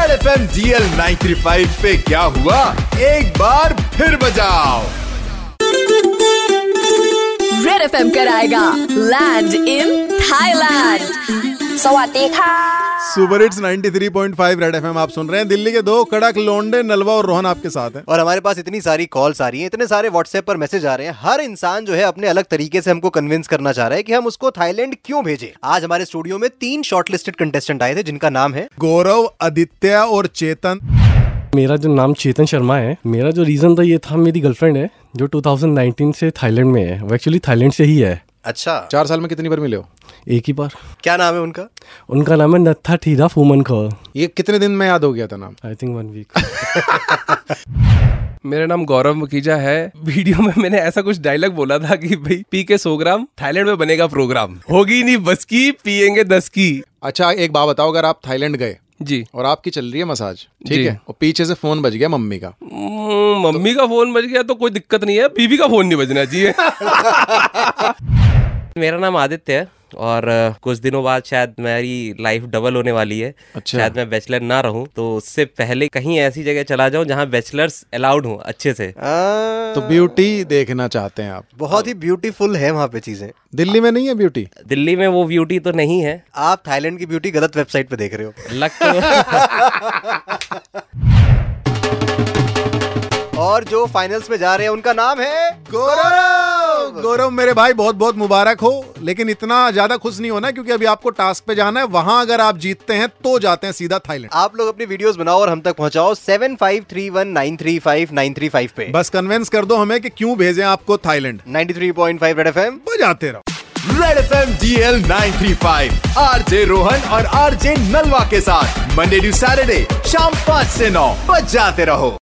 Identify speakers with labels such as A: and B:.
A: T L ninety five पे क्या हुआ एक बार फिर बजाओ
B: रेड एफ कराएगा land in Thailand
C: สวัสดีค่ะ
D: super hits 93.5 red FM आप सुन रहे हैं दिल्ली के दो कड़क लौंडे नलवा और रोहन आपके साथ हैं
E: और हमारे पास इतनी सारी कॉल्स आ रही हैं इतने सारे व्हाट्सएप पर मैसेज आ रहे हैं हर इंसान जो है अपने अलग तरीके से हमको कन्विंस करना चाह रहा है कि हम उसको थाईलैंड क्यों भेजे आज हमारे स्टूडियो में तीन शॉर्टलिस्टेड कंटेस्टेंट आए थे जिनका नाम है
D: गौरव आदित्य और चेतन
F: मेरा जो नाम चेतन शर्मा है मेरा जो रीज़न था ये था मेरी गर्लफ्रेंड है जो 2019 से थाईलैंड में है वो एक्चुअली थाईलैंड से ही है
E: अच्छा
G: चार साल में कितनी बार मिले हो
F: एक ही बार
E: क्या नाम है उनका
F: उनका नाम है नत्था ठीरा फूमन खो
G: ये कितने दिन में याद हो गया था नाम
F: आई थिंक वन वीक
H: मेरा नाम गौरव मुकीजा है वीडियो में मैंने ऐसा कुछ डायलॉग बोला था कि भाई पी के सौ ग्राम थाईलैंड में बनेगा प्रोग्राम होगी नहीं बस की पियेंगे दस की
G: अच्छा एक बात बताओ अगर आप थाईलैंड गए
H: जी
G: और आपकी चल रही है मसाज
H: जी।
G: ठीक है और पीछे से फोन बज गया मम्मी का
H: हम्म, मम्मी का फोन बज गया तो कोई दिक्कत नहीं है बीवी का फोन नहीं बजना चाहिए
I: मेरा नाम आदित्य है और अ, कुछ दिनों बाद शायद मेरी लाइफ डबल होने वाली है
G: अच्छा।
I: शायद मैं बैचलर ना रहूं तो उससे पहले कहीं ऐसी जगह चला जाऊं जहां बैचलर्स अलाउड हों अच्छे से
G: तो ब्यूटी देखना चाहते हैं आप
E: बहुत ही ब्यूटीफुल है वहाँ पे चीजें
G: दिल्ली में नहीं है ब्यूटी
I: दिल्ली में वो ब्यूटी तो नहीं है
E: आप थाईलैंड की ब्यूटी गलत वेबसाइट पे देख रहे हो
I: लक तो
E: और जो फाइनल्स में जा रहे हैं उनका नाम है
D: गौरव गौरव मेरे भाई बहुत बहुत मुबारक हो लेकिन इतना ज्यादा खुश नहीं होना क्योंकि अभी आपको टास्क पे जाना है वहां अगर आप जीतते हैं तो जाते हैं सीधा थाईलैंड
E: आप लोग अपनी वीडियोस बनाओ और हम तक पहुंचाओ seven five three one nine three five nine three five पे
D: बस कन्वेंस कर दो हमें कि क्यों भेजें आपको Thailand
E: ninety three point five red F M
D: बजाते रहो
A: red F M D L nine three five R J Rohan और आर जे नलवा के साथ मंडे टू सैटरडे शाम पाँच से नौ बजाते रहो